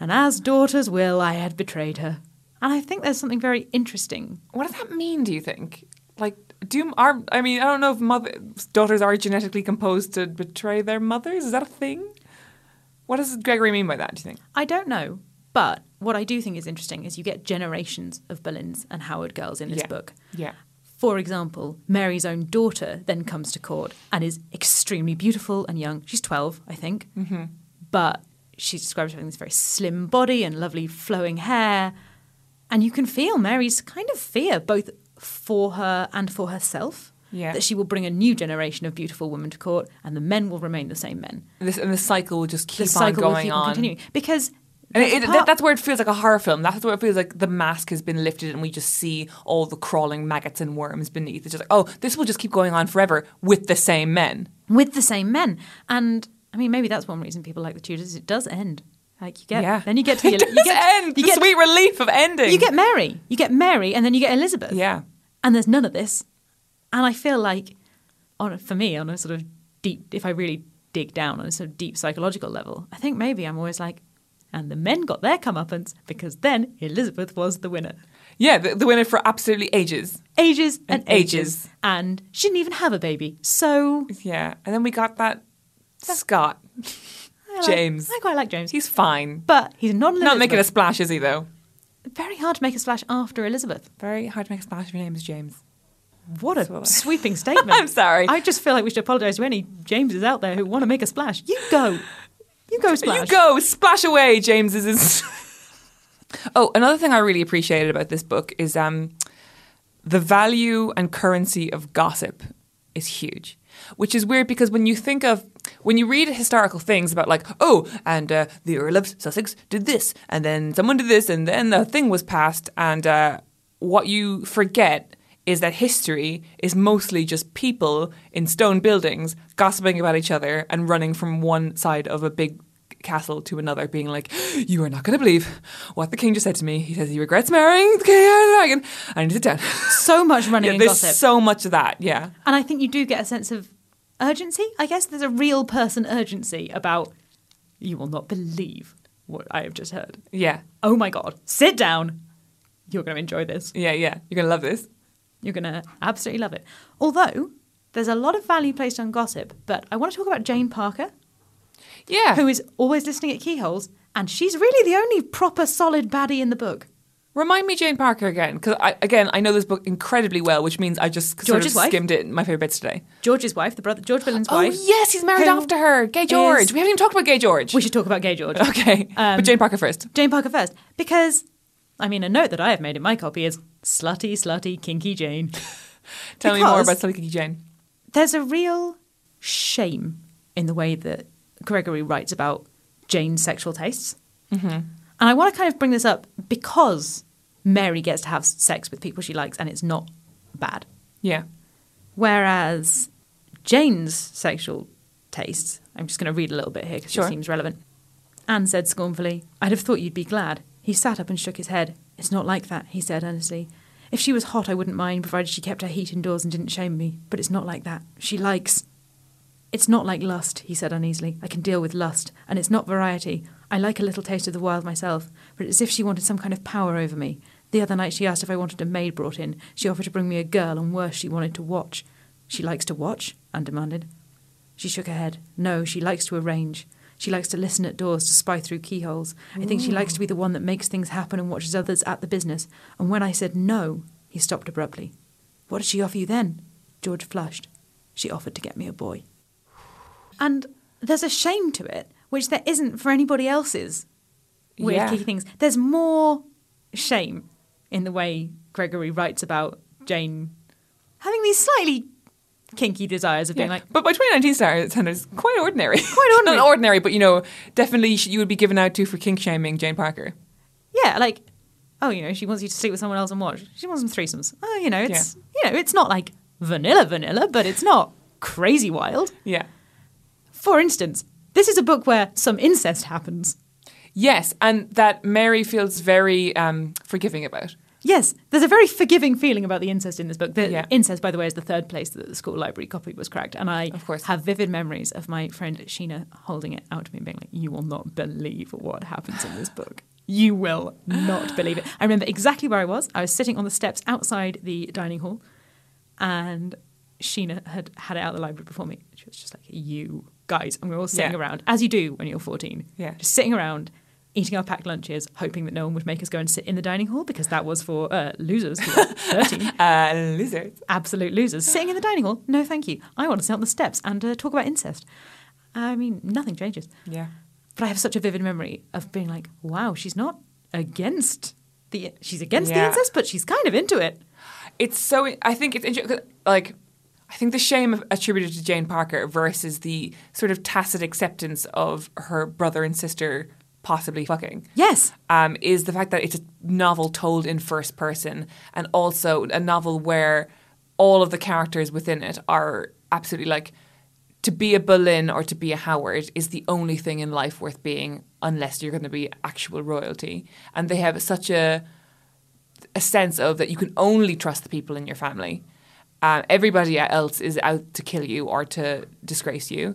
S2: and as daughters will, I had betrayed her. And I think there's something very interesting.
S1: What does that mean? Do you think? Like, do you, are I mean I don't know if mother daughters are genetically composed to betray their mothers. Is that a thing? What does Gregory mean by that? Do you think?
S2: I don't know, but what I do think is interesting is you get generations of Boleyns and Howard girls in this
S1: Yeah.
S2: book.
S1: Yeah.
S2: For example, Mary's own daughter then comes to court and is extremely beautiful and young. She's 12, I think. Mm-hmm. But she's described as having this very slim body and lovely flowing hair. And you can feel Mary's kind of fear, both for her and for herself,
S1: Yeah.
S2: that she will bring a new generation of beautiful women to court and the men will remain the same men.
S1: This and the cycle will just keep
S2: the
S1: on
S2: cycle
S1: going
S2: will keep
S1: on.
S2: on continuing. Because
S1: And
S2: that's
S1: it, it,
S2: part-
S1: that, that's where it feels like a horror film. That's where it feels like the mask has been lifted and we just see all the crawling maggots and worms beneath. It's just like, oh, this will just keep going on forever with the same men.
S2: with the same men. And I mean, maybe that's one reason people like the Tudors. is It does end. Like you get,
S1: Yeah.
S2: then you get to the,
S1: It
S2: you
S1: does
S2: get,
S1: end. the
S2: you get,
S1: sweet relief of ending.
S2: you get Mary, you get Mary, and then you get Elizabeth.
S1: yeah.
S2: and there's none of this. And I feel like, on a, for me, on a sort of deep, if I really dig down on a sort of deep psychological level, I think maybe I'm always like, and the men got their comeuppance because then Elizabeth was the winner.
S1: Yeah, the, the winner for absolutely ages.
S2: Ages and,
S1: And
S2: ages.
S1: ages.
S2: And she didn't even have a baby. So
S1: Yeah. And then we got that Scott.
S2: I like-
S1: James.
S2: I quite like James.
S1: He's fine.
S2: but he's not an
S1: Not making a
S2: Elizabeth.
S1: splash, is he, though?
S2: Very hard to make a splash after Elizabeth.
S1: Very hard to make a splash if your name is James.
S2: What a
S1: That's what I-
S2: sweeping statement.
S1: I'm sorry.
S2: I just feel like we should apologise to any Jameses out there who want to make a splash. You go. You go splash.
S1: You go, splash away, James is. oh, another thing I really appreciated about this book is um, the value and currency of gossip is huge. Which is weird because when you think of, when you read historical things about like, oh, and uh, the Earl of Sussex did this, and then someone did this, and then the thing was passed, and uh, what you forget is that history is mostly just people in stone buildings gossiping about each other and running from one side of a big castle to another, being like, "You are not going to believe what the king just said to me. He says he regrets marrying the king of the dragon. I need to sit down."
S2: So much running
S1: Yeah,
S2: and
S1: there's
S2: gossip.
S1: so much of that. Yeah,
S2: And I think you do get a sense of urgency. I guess there's a real person urgency about you will not believe what I have just heard.
S1: yeah,
S2: Oh my God, sit down. You're going to enjoy this.
S1: yeah, yeah. You're going to love this.
S2: You're going to absolutely love it. Although, there's a lot of value placed on gossip, but I want to talk about Jane Parker,
S1: Yeah,
S2: who is always listening at keyholes, and she's really the only proper solid baddie in the book.
S1: Remind me Jane Parker again, because I, again I know this book incredibly well, which means I just sort of
S2: George's wife?
S1: skimmed it. in My favorite bits today.
S2: George's wife, the brother, George Billin's wife.
S1: Oh yes, he's married
S2: who
S1: after her, Gay George.
S2: is-
S1: we haven't even talked about Gay George.
S2: We should talk about Gay George.
S1: okay,
S2: Um,
S1: but Jane Parker first.
S2: Jane Parker first, because I mean, a note that I have made in my copy is slutty, slutty, kinky Jane.
S1: Tell me more
S2: because-
S1: about Slinky Jane.
S2: There's a real shame in the way that Gregory writes about Jane's sexual tastes.
S1: Mm-hmm.
S2: And I want to kind of bring this up because Mary gets to have sex with people she likes and it's not bad.
S1: Yeah,
S2: Whereas Jane's sexual tastes, I'm just going to read a little bit here because
S1: Sure.
S2: it seems relevant. Anne said scornfully, I'd have thought you'd be glad. He sat up and shook his head. It's not like that, he said earnestly. If she was hot, I wouldn't mind, provided she kept her heat indoors and didn't shame me. But it's not like that. She likes. It's not like lust, he said uneasily. I can deal with lust, and it's not variety. I like a little taste of the wild myself, but it's as if she wanted some kind of power over me. The other night she asked if I wanted a maid brought in. She offered to bring me a girl, and worse, she wanted to watch. She likes to watch? Anne demanded. She shook her head. No, she likes to arrange. She likes to listen at doors, to spy through keyholes. I think she likes to be the one that makes things happen and watches others at the business. And when I said no, he stopped abruptly. What did she offer you then? George flushed. She offered to get me a boy. And there's a shame to it, which there isn't for anybody else's weird
S1: Yeah.
S2: key things. There's more shame in the way Gregory writes about Jane having these slightly kinky desires of being
S1: Yeah.
S2: like,
S1: but by 2019 standards, standards, quite ordinary. Quite
S2: ordinary.
S1: Not ordinary, but you know, definitely sh- you would be given out to for kink shaming Jane Parker.
S2: yeah, like, oh, you know, she wants you to sleep with someone else and watch. She wants some threesomes. Oh, you know, it's you know, it's not like vanilla vanilla, but it's not crazy wild.
S1: Yeah.
S2: For instance, this is a book where some incest happens.
S1: Yes, and that Mary feels very um, forgiving about.
S2: Yes, there's a very forgiving feeling about the incest in this book. The
S1: Yeah.
S2: incest, by the way, is the third place that the school library copy was cracked, and I
S1: Of course.
S2: have vivid memories of my friend Sheena holding it out to me and being like, "You will not believe what happens in this book. You will not believe it." I remember exactly where I was. I was sitting on the steps outside the dining hall, and Sheena had had it out of the library before me. She was just like, "You guys," and we were all sitting
S1: Yeah.
S2: around as you do when you're 14.
S1: Yeah.
S2: just sitting around. Eating our packed lunches, hoping that no one would make us go and sit in the dining hall because that was for uh, losers who were 13
S1: Uh, lizards.
S2: absolute losers sitting in the dining hall. No, thank you. I want to sit on the steps and uh, talk about incest. I mean, nothing changes.
S1: Yeah.
S2: But I have such a vivid memory of being like, wow, she's not against the she's against the
S1: Yeah.
S2: incest, but she's kind of into it.
S1: It's so, I think it's interesting, like, I think the shame attributed to Jane Parker versus the sort of tacit acceptance of her brother and sister possibly fucking.
S2: Yes.
S1: um, is the fact that it's a novel told in first person and also a novel where all of the characters within it are absolutely like to be a Boleyn or to be a Howard is the only thing in life worth being unless you're going to be actual royalty. And they have such a a sense of that you can only trust the people in your family. Um, everybody else is out to kill you or to disgrace you.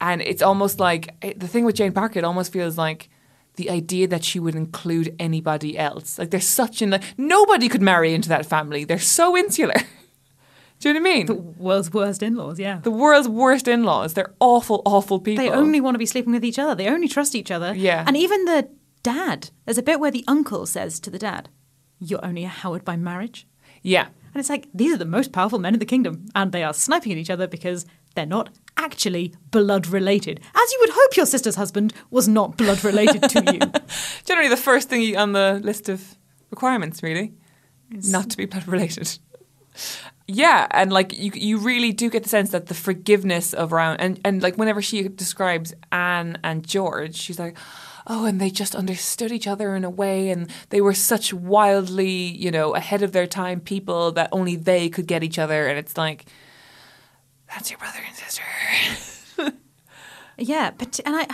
S1: And it's almost like it- the thing with Jane Parker, it almost feels like the idea that she would include anybody else. Like there's such an, like, nobody could marry into that family. They're so insular. Do you know what I mean? The,
S2: World's worst in laws, yeah.
S1: world's worst in laws. They're awful, awful people.
S2: They only want to be sleeping with each other. They only trust each other.
S1: Yeah.
S2: And even the dad, there's a bit where the uncle says to the dad, You're only a Howard by marriage.
S1: Yeah.
S2: And it's like, these are the most powerful men in the kingdom, and they are sniping at each other because they're not actually blood related. As you would hope your sister's husband was not blood related to you.
S1: Generally, the first thing you- on the list of requirements, really, not to be blood related. Yeah, and like you, you really do get the sense that the forgiveness of around and and like whenever she describes Anne and George, she's like, oh, and they just understood each other in a way, and they were such wildly, you know, ahead of their time people that only they could get each other, and it's like, that's your brother and sister.
S2: Yeah, but and I,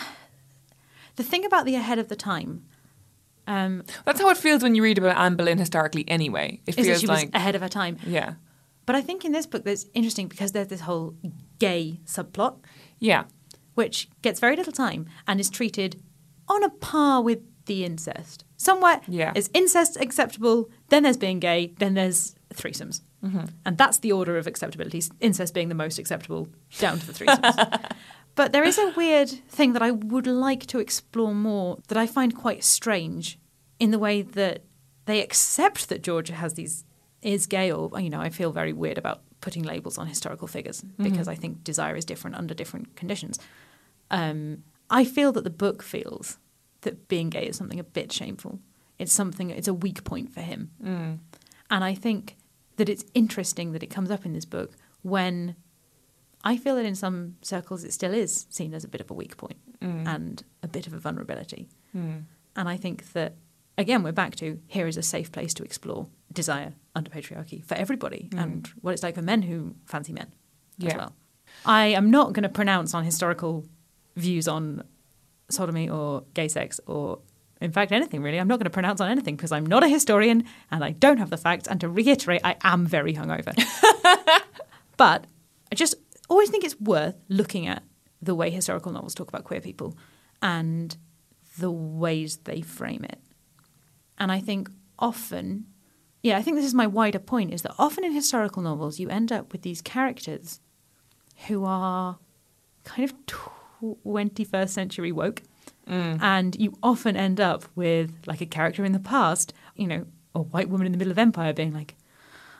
S2: the thing about the ahead of the time, um,
S1: that's how it feels when you read about Anne Boleyn historically. Anyway, it
S2: is that
S1: feels
S2: she
S1: like
S2: was ahead of her time.
S1: yeah,
S2: But I think in this book that's interesting because there's this whole gay subplot
S1: yeah,
S2: which gets very little time and is treated on a par with the incest. Somewhere
S1: Yeah.
S2: is incest acceptable, then there's being gay, then there's threesomes. And that's the order of acceptability, incest being the most acceptable down to the threesomes. but there is a weird thing that I would like to explore more that I find quite strange in the way that they accept that Georgia has these is gay or you know, I feel very weird about putting labels on historical figures because I think desire is different under different conditions um, I feel that the book feels that being gay is something a bit shameful. It's something, it's a weak point for him. And I think that it's interesting that it comes up in this book when I feel that in some circles it still is seen as a bit of a weak point and a bit of a vulnerability. And I think that, again, we're back to here is a safe place to explore desire under patriarchy for everybody and what it's like for men who fancy men as
S1: Yeah.
S2: well. I am not going to pronounce on historical views on sodomy or gay sex or, in fact, anything really. I'm not going to pronounce on anything because I'm not a historian and I don't have the facts. And to reiterate, I am very hungover. But I just always think it's worth looking at the way historical novels talk about queer people and the ways they frame it. And I think often, yeah, I think this is my wider point is that often in historical novels, you end up with these characters who are kind of 21st century woke. And you often end up with like a character in the past, you know, a white woman in the middle of empire being like,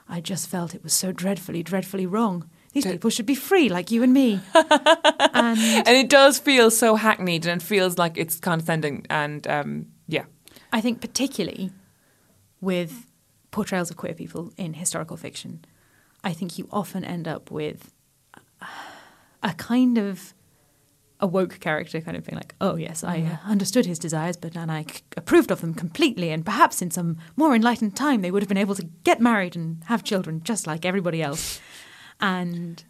S2: I just felt it was so dreadfully, dreadfully wrong. These
S1: Did-
S2: people should be free like you and me. and
S1: and it does feel so hackneyed, and it feels like it's condescending, and um, yeah,
S2: I think particularly with portrayals of queer people in historical fiction, I think you often end up with a kind of a woke character kind of being like, oh yes, I uh, understood his desires, but and I c- approved of them completely, and perhaps in some more enlightened time they would have been able to get married and have children just like everybody else. and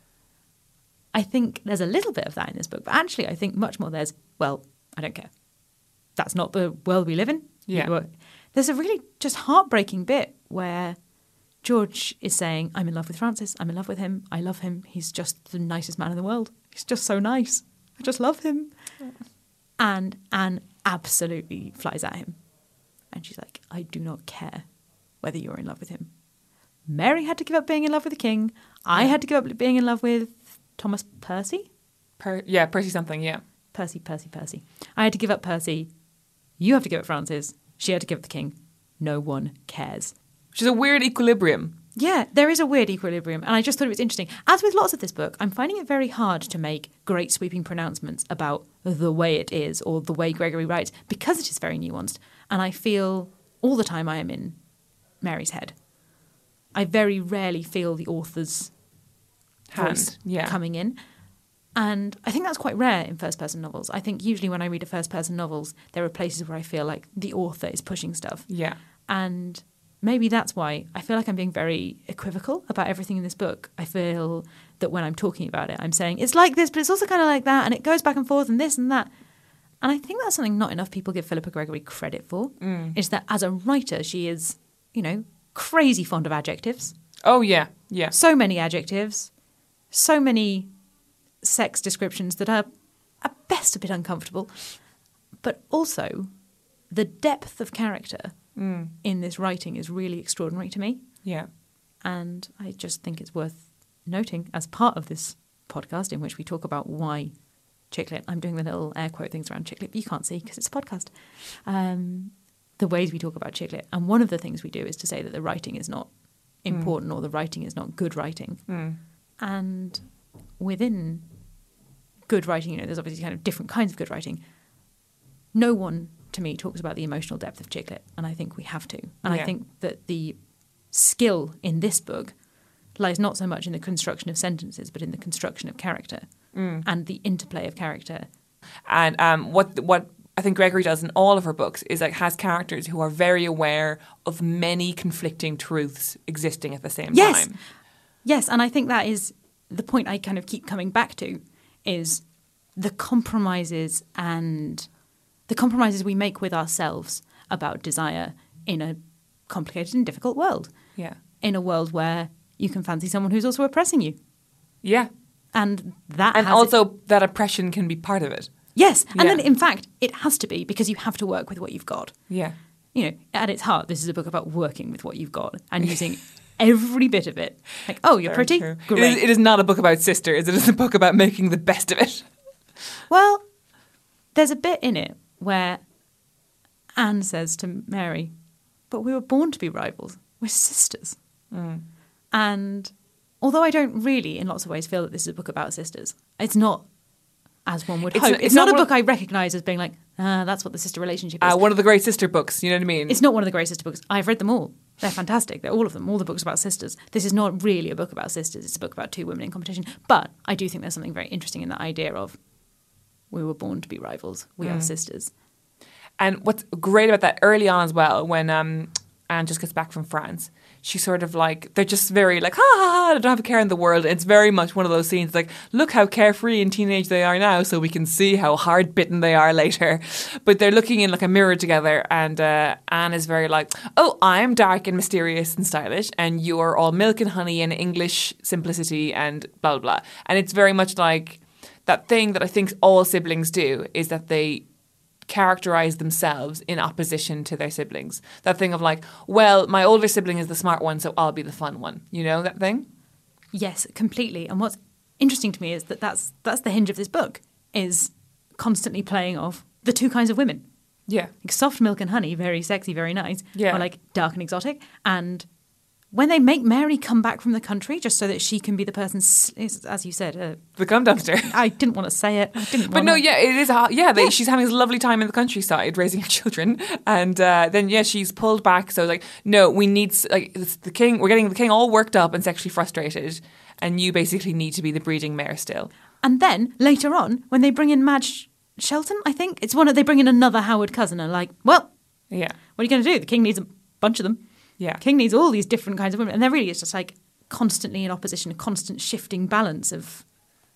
S2: I think there's a little bit of that in this book, but actually I think much more there's well, I don't care. That's not the world we live in. You
S1: Yeah.
S2: know what? There's a really just heartbreaking bit where George is saying, I'm in love with Francis. I'm in love with him. I love him. He's just the nicest man in the world. He's just so nice. I just love him. And Anne absolutely flies at him. And she's like, I do not care whether you're in love with him. Mary had to give up being in love with the king. I had to give up being in love with Thomas Percy.
S1: per- yeah, Percy something, yeah.
S2: Percy, Percy, Percy. I had to give up Percy. You have to give up Francis. She had to give up the king. No one cares.
S1: Which is a weird equilibrium.
S2: Yeah, there is a weird equilibrium, and I just thought it was interesting. As with lots of this book, I'm finding it very hard to make great sweeping pronouncements about the way it is or the way Gregory writes because it is very nuanced, and I feel all the time I am in Mary's head. I very rarely feel the author's
S1: Hand,
S2: voice
S1: yeah.
S2: coming in. And I think that's quite rare in first person novels. I think usually when I read a first person novels, there are places where I feel like the author is pushing stuff.
S1: Yeah.
S2: And maybe that's why I feel like I'm being very equivocal about everything in this book. I feel that when I'm talking about it, I'm saying it's like this, but it's also kind of like that, and it goes back and forth, and this and that. And I think that's something not enough people give Philippa Gregory credit for is that as a writer, she is, you know, crazy fond of adjectives
S1: Oh, yeah, yeah.
S2: so many adjectives, so many sex descriptions that are at best a bit uncomfortable, but also the depth of character in this writing is really extraordinary to me.
S1: Yeah.
S2: And I just think it's worth noting as part of this podcast in which we talk about why Chicklet, I'm doing the little air quote things around Chicklet, but you can't see because it's a podcast. Um, the ways we talk about Chicklet. And one of the things we do is to say that the writing is not important or the writing is not good writing. And within good writing, you know, there's obviously kind of different kinds of good writing. No one, to me, talks about the emotional depth of Chicklet, and I think we have to. And I
S1: Yeah.
S2: think that the skill in this book lies not so much in the construction of sentences, but in the construction of character and the interplay of character.
S1: And um, what what I think Gregory does in all of her books is like has characters who are very aware of many conflicting truths existing at the same
S2: Yes.
S1: time.
S2: Yes, and I think that is the point I kind of keep coming back to is the compromises and the compromises we make with ourselves about desire in a complicated and difficult world.
S1: Yeah.
S2: In a world where you can fancy someone who's also oppressing you.
S1: Yeah.
S2: And that
S1: And
S2: has
S1: also that oppression can be part of it.
S2: Yes. And then
S1: Yeah.
S2: in fact it has to be because you have to work with what you've got.
S1: Yeah.
S2: you know, at its heart, this is a book about working with what you've got and using every bit of it. Like, oh, you're
S1: Very
S2: pretty,
S1: true. It
S2: great.
S1: is, it is not a book about sisters. It is a book about making the best of it.
S2: well, there's a bit in it where Anne says to Mary, "But we were born to be rivals. We're sisters."
S1: Mm.
S2: And although I don't really, in lots of ways, feel that this is a book about sisters, it's not as one would
S1: It's
S2: hope.
S1: not-
S2: It's,
S1: it's
S2: not,
S1: not
S2: a
S1: one-
S2: book I recognise as being like, ah, that's what the sister relationship is.
S1: Uh, one of the great sister books. You know what I mean?
S2: It's not one of the great sister books. I've read them all. They're fantastic. They're all of them. All the books about sisters. This is not really a book about sisters. It's a book about two women in competition. But I do think there's something very interesting in the idea of we were born to be rivals. We are sisters.
S1: And what's great about that early on as well, when um, Anne just gets back from France, she's sort of like, they're just very like, ha ha ha, I don't have a care in the world. It's very much one of those scenes like, look how carefree and teenage they are now, so we can see how hard bitten they are later. But they're looking in like a mirror together, and uh, Anne is very like, oh, I'm dark and mysterious and stylish, and you're all milk and honey and English simplicity and blah, blah, blah. And it's very much like, that thing that I think all siblings do is that they characterize themselves in opposition to their siblings. That thing of like, well, my older sibling is the smart one, so I'll be the fun one. You know that thing?
S2: Yes, completely. And what's interesting to me is that that's that's the hinge of this book is constantly playing off the two kinds of women.
S1: Yeah.
S2: Like soft milk and honey, very sexy, very nice.
S1: Yeah.
S2: Or like dark and exotic. And when they make Mary come back from the country just so that she can be the person, s- is- as you said, uh,
S1: The cum dumpster.
S2: I didn't want to say it. I didn't.
S1: But
S2: wanna.
S1: no, yeah, it is. hot- Yeah, they, she's having this lovely time in the countryside raising her children, and uh, then yeah, she's pulled back. So like, no, we need s- like it's the king. We're getting the king all worked up and sexually frustrated, and you basically need to be the breeding mare still.
S2: And then later on, when they bring in Madge Shelton, I think it's one. Of, they bring in another Howard cousin, and like, well,
S1: Yeah.
S2: what are you going to do? The king needs a bunch of them.
S1: Yeah.
S2: king needs all these different kinds of women, and there really is just like constantly in opposition, a constant shifting balance of.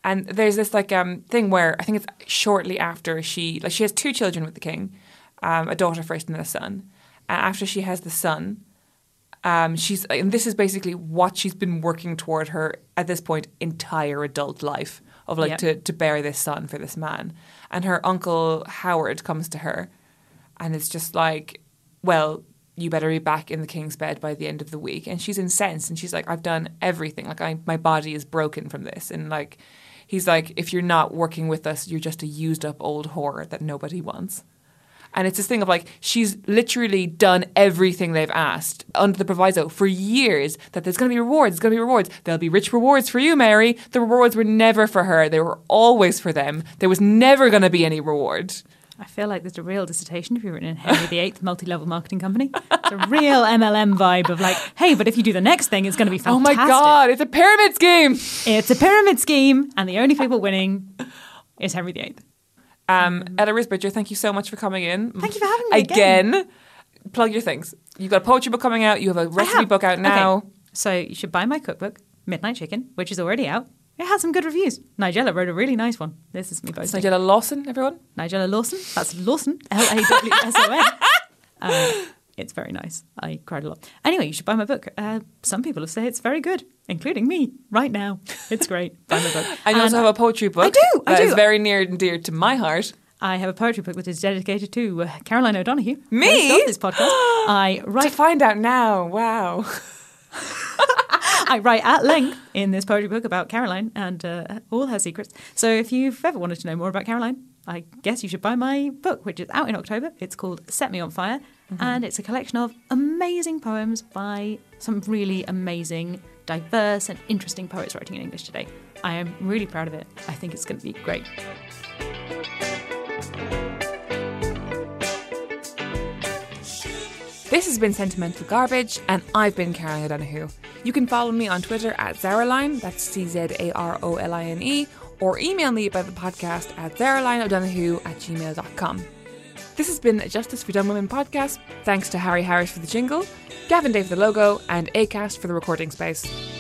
S1: and there's this like um thing where I think it's shortly after she like she has two children with the king, um, a daughter first and then a son. And after she has the son, um, she's and this is basically what she's been working toward her at this point entire adult life of like
S2: Yep.
S1: to to bear this son for this man. And her uncle Howard comes to her, and it's just like, well. You better be back in the king's bed by the end of the week, and she's incensed, and she's like, "I've done everything. Like, I, my body is broken from this." And like, he's like, "If you're not working with us, you're just a used-up old whore that nobody wants." And it's this thing of like, she's literally done everything they've asked under the proviso for years that there's going to be rewards, there's going to be rewards. There'll be rich rewards for you, Mary. The rewards were never for her, they were always for them. There was never going to be any reward.
S2: I feel like there's a real dissertation to be written in Henry VIII, multi-level marketing company. It's a real MLM vibe of like, hey, but if you do the next thing, it's going to be
S1: Oh my
S2: fantastic.
S1: God, it's a pyramid scheme.
S2: It's a pyramid scheme, and the only people winning is Henry VIII.
S1: Um, Ella Risbridger, thank you so much for coming in.
S2: Thank you for having me
S1: Again, plug your things. You've got a poetry book coming out, you have a
S2: I
S1: recipe
S2: have.
S1: book out
S2: Okay.
S1: now.
S2: So you should buy my cookbook, Midnight Chicken, which is already out. It has some good reviews. Nigella wrote a really nice one. This is me
S1: It's
S2: boasting.
S1: Nigella Lawson, everyone.
S2: Nigella Lawson. That's Lawson. L A W S O N. Uh, It's very nice. I cried a lot. Anyway, you should buy my book. Uh, some people have said it's very good, including me. Right now, it's great. Buy my book.
S1: And you also have a poetry book.
S2: do, Um, I
S1: that is
S2: do.
S1: very near and dear to my heart.
S2: I have a poetry book that is dedicated to uh, Caroline O'Donoghue.
S1: Me?
S2: host of this podcast. I
S1: To
S2: write
S1: find out now, wow.
S2: I write at length in this poetry book about Caroline and uh, all her secrets. So if you've ever wanted to know more about Caroline, I guess you should buy my book, which is out in October. It's called Set Me on Fire, and it's a collection of amazing poems by some really amazing, diverse, and interesting poets writing in English today. I am really proud of it. I think it's going to be great.
S1: This has been Sentimental Garbage, and I've been Karen O'Donoghue. You can follow me on Twitter at Zaraline, that's C Z A R O L I N E, or email me about the podcast at zaralineodonahue at gmail.com. This has been a Justice for Dumb Women podcast. Thanks to Harry Harris for the jingle, Gavin Day for the logo, and ACAST for the recording space.